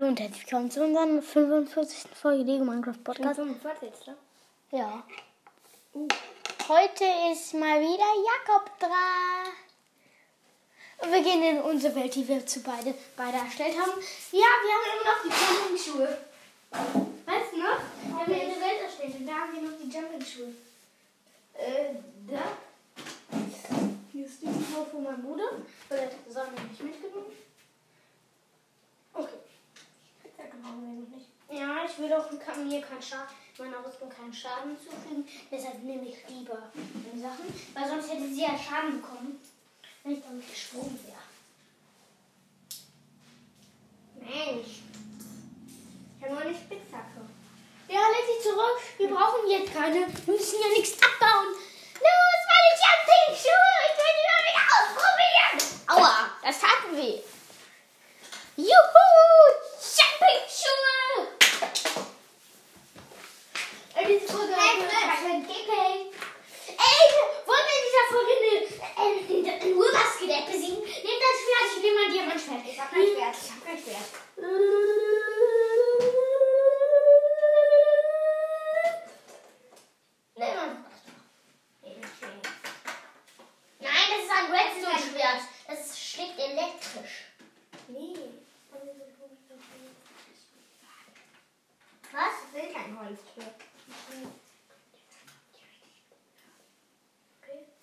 Und herzlich willkommen zu unserer 45. Folge Lego Minecraft Hm? Podcast. 45. ne? Ja. Uh, Heute ist mal wieder Jakob dran. Und wir gehen in unsere Welt, die wir zu beide, beide erstellt haben. Ja, wir haben immer noch die Jumping-Schuhe. Weißt du noch? Wir haben ja eine Welt erstellt und da haben wir noch die Jumping-Schuhe. Äh, da. Hier ist die Schuhe von meinem Bruder. Weil er hat die Sonne nicht mitgenommen. Okay. Ja, genau, nicht. Ja, ich will auch kann- mir keinen Schaden, meiner Rüstung keinen Schaden zufügen. Deshalb nehme ich lieber meine Sachen. Weil sonst hätte sie ja Schaden bekommen, wenn ich damit gesprungen wäre. Mensch. Ich habe nur eine Spitzhacke. Ja, leg dich zurück. Wir brauchen jetzt keine. Wir müssen ja nichts abbauen. Los, meine Jumping-Schuhe. Ich will die mal wieder ausprobieren. Aua, das tat weh. Juhu, Jumping-Schuhe. Und Äh, diese Folge Hey, hat mit Gameplay. Ey, wollen wir in dieser Folge eine, äh, eine, eine Urwaskelett besiegen? Nehmt das Schwert, ich nehme mein Diamantschwert. Ich hab kein Schwert, ich hab kein Schwert. Nimm mal. Nein, das ist ein Redstone-Schwert. Das schlägt elektrisch. Nee. Was? Ich will kein Holzschwert.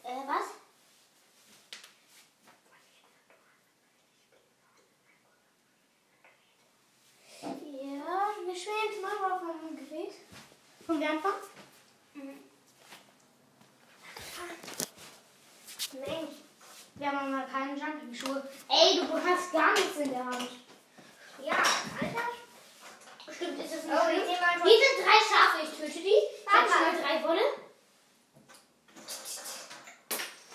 Äh, was? Ja, wir spielen jetzt mal auf meinem Gerät. Wollen wir anfangen? Mhm. Mensch, wir haben mal keine Jumping-Schuhe. Ey, du hast gar nichts in der Hand. Ja, Alter. Stimmt, ist das nicht Oh, schlimm? ich nehme einfach- Diese drei Schafe, ich töte die. Warte Sechs mal mal. drei Wolle.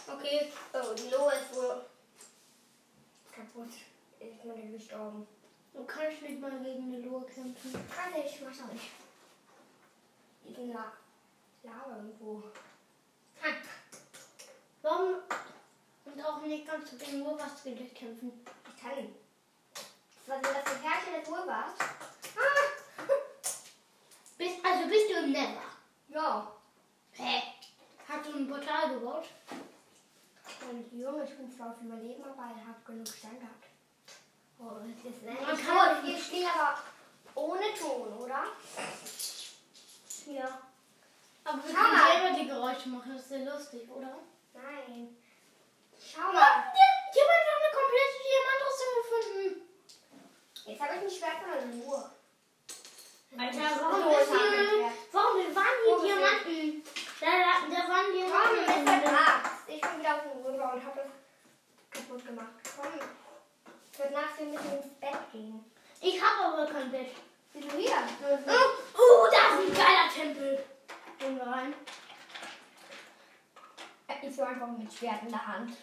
Okay, oh, die Loa ist wohl kaputt. Ist meine gestorben. Du kannst nicht mal gegen eine Lohe kämpfen. Kann ich, mach doch nicht. Die ist in La Lava irgendwo. Ha. Warum? Und auch nicht kannst du gegen Urwaskelett kämpfen. Ich kann ihn. Was ist das für Herrscher der Wohlwart? Ah! Bist, also bist du im Never. Ja. Hä? Hast du ein Portal gebaut? Und Junge, ich bin zwar auf Überleben, aber ich habe genug Stein gehabt. Oh, das ist nett. Man Ich kann kann auch- wir spielen aber ohne Ton, oder? Ja. Aber wir Schau können mal. selber die Geräusche machen, das ist sehr lustig, oder? Nein. Schau mal. Jemand hat eine komplette Diamantrüstung gefunden. Jetzt habe ich mich schwer von der Ruhe. Alter, warum warum ist ist hier- hier... Warum, wir waren hier hier Diamanten. Da, da, da waren Komm, Diamanten. Mr. Max. Ich bin wieder auf dem Rüber und habe das kaputt gemacht. Komm. Ich würde nachts ein bisschen ins Bett gehen. Ich habe aber kein Bett. Wie du hier? Oh, oh, da ist ein geiler Tempel. Gehen wir rein. Äh, Ich so einfach mit Schwert in der Hand.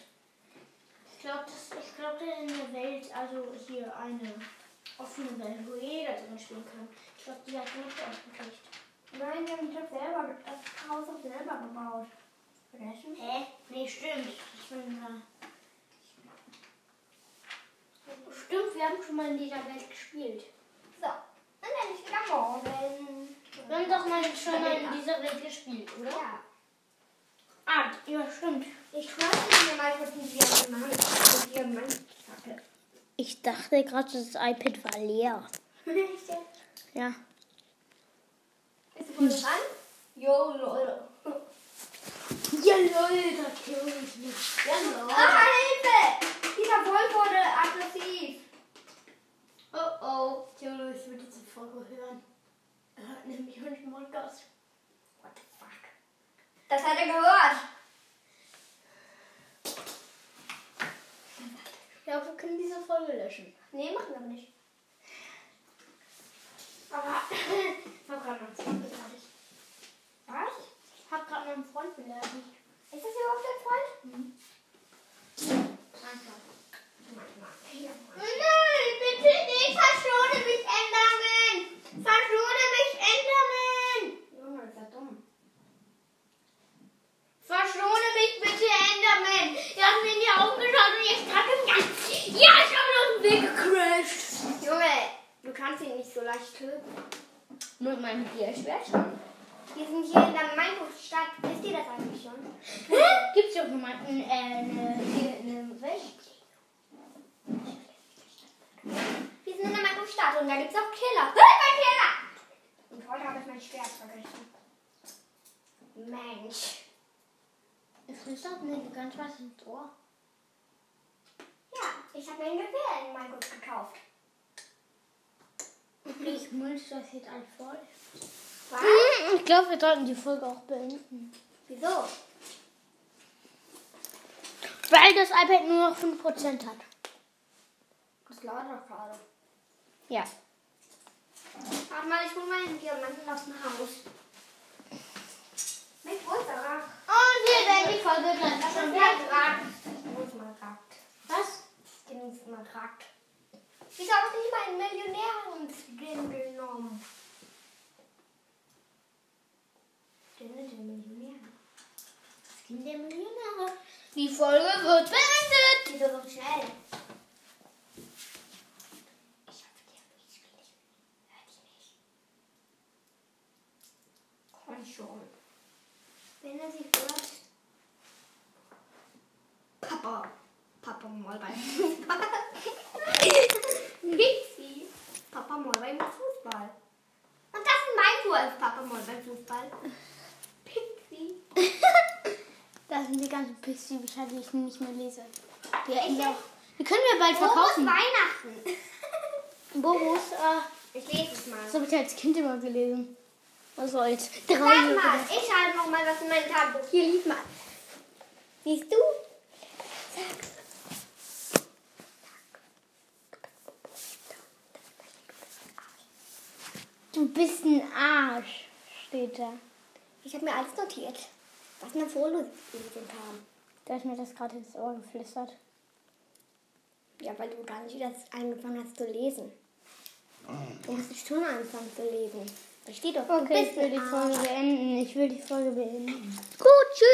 Ich glaube, ich glaub, das ist eine Welt, also hier eine offene Welt, wo jeder drin spielen kann. Ich glaube, die hat nicht veröffentlicht. Nein, wir haben das selber, das Haus auch selber gebaut. Vergessen? Hä? Nee, stimmt. Ich bin da. Stimmt, wir haben schon mal in dieser Welt gespielt. So. Dann werde ich wieder morgen. Wir haben doch mal schon mal in dieser Welt gespielt, oder? Ja. Ah, ja, stimmt. Ich wollte mir mal kurz einen Diamant machen. Diamantschacke. Ich dachte gerade, das iPad war leer. Bist Ja. du voll dran? Jo, lol. Ja, lol, das glaube ich nicht. Ja, lol. Ah, Hilfe! Dieser Wolf wurde aggressiv. Oh oh, Theodor, ich würde diese Folge hören. Er hört nämlich unseren Podcast. What the fuck? Das hat er gehört. Ich glaube, wir können diese Folge löschen. Nee, machen wir nicht. Aber, man kann uns nicht. Was? Ich habe gerade meinen Freund beleidigt. Ist das überhaupt dein Freund? Mhm. Danke. Nein, bitte nicht. Verschone mich, Enderman. Verschone mich, Enderman. Junge, ist ja dumm. Verschone mich bitte, Enderman. Er hat mir in die Augen geschaut und jetzt gerade ganz... Ja, ich habe noch den Weg gecrashed. kannst ihn nicht so leicht töten. Mit meinem Bierschwert schon. Wir sind hier in der Minecraft-Stadt. Wisst ihr das eigentlich schon? Gibt es doch jemanden, äh, eine, hier, eine Welt? Wir sind in der Minecraft-Stadt und da gibt's auch Killer. Hört mein Killer! Und heute habe ich mein Schwert vergessen. Mensch. Es flüstert mir ganz was ins Ohr. Ja, ich habe mir ein Gewehr in Minecraft gekauft. Ich mulch das jetzt alles voll. Was? Hm, Ich glaube, wir sollten die Folge auch beenden. Wieso? Weil das iPad nur noch 5% hat. Das lautet doch gerade. Ja. Warte mal, ich hol mal den Diamanten aus dem Haus. Mit Wurzelrad. Und wir werden die Folge gleich Das ist mal Rad. Muss mal Rad. Was? Genießt mal Rad. Wieso habe ich nicht meinen Millionären-Skin genommen? Skin der Millionäre. Skin der Millionäre. Die Folge wird beendet. Wieso so schnell? Ich hoffe, die haben mich nicht. Hört ich nicht. Komm schon. Wenn er sie hört. Papa. Papa Molbein. Pixie. Papa Molbein macht Fußball. Und das ist mein Wolf. Papa Molbein Fußball. Pixie. Das sind die ganzen Pixie, Bücher, die ich halt nicht mehr lese. Die, Ich hätten wir lese- auch, die können wir bald Frohes verkaufen. Weihnachten. Boris, äh, Ich lese es mal. das habe ich als Kind immer gelesen. Was soll's? Drei Sag Jahre. mal, ich schreibe noch mal was in mein Tagebuch. Hier, lies mal. Siehst du? Du bist ein Arsch, steht da. Ich habe mir alles notiert, was eine Folie gelesen kam. Da ist mir das gerade ins Ohr geflüstert. Ja, weil du gar nicht erst angefangen hast zu lesen. Ah. Du musst schon anfangen zu lesen. Da steht doch, du Okay, bist ich will die ein Folge beenden. Ich will die Folge beenden. Gut, tschüss.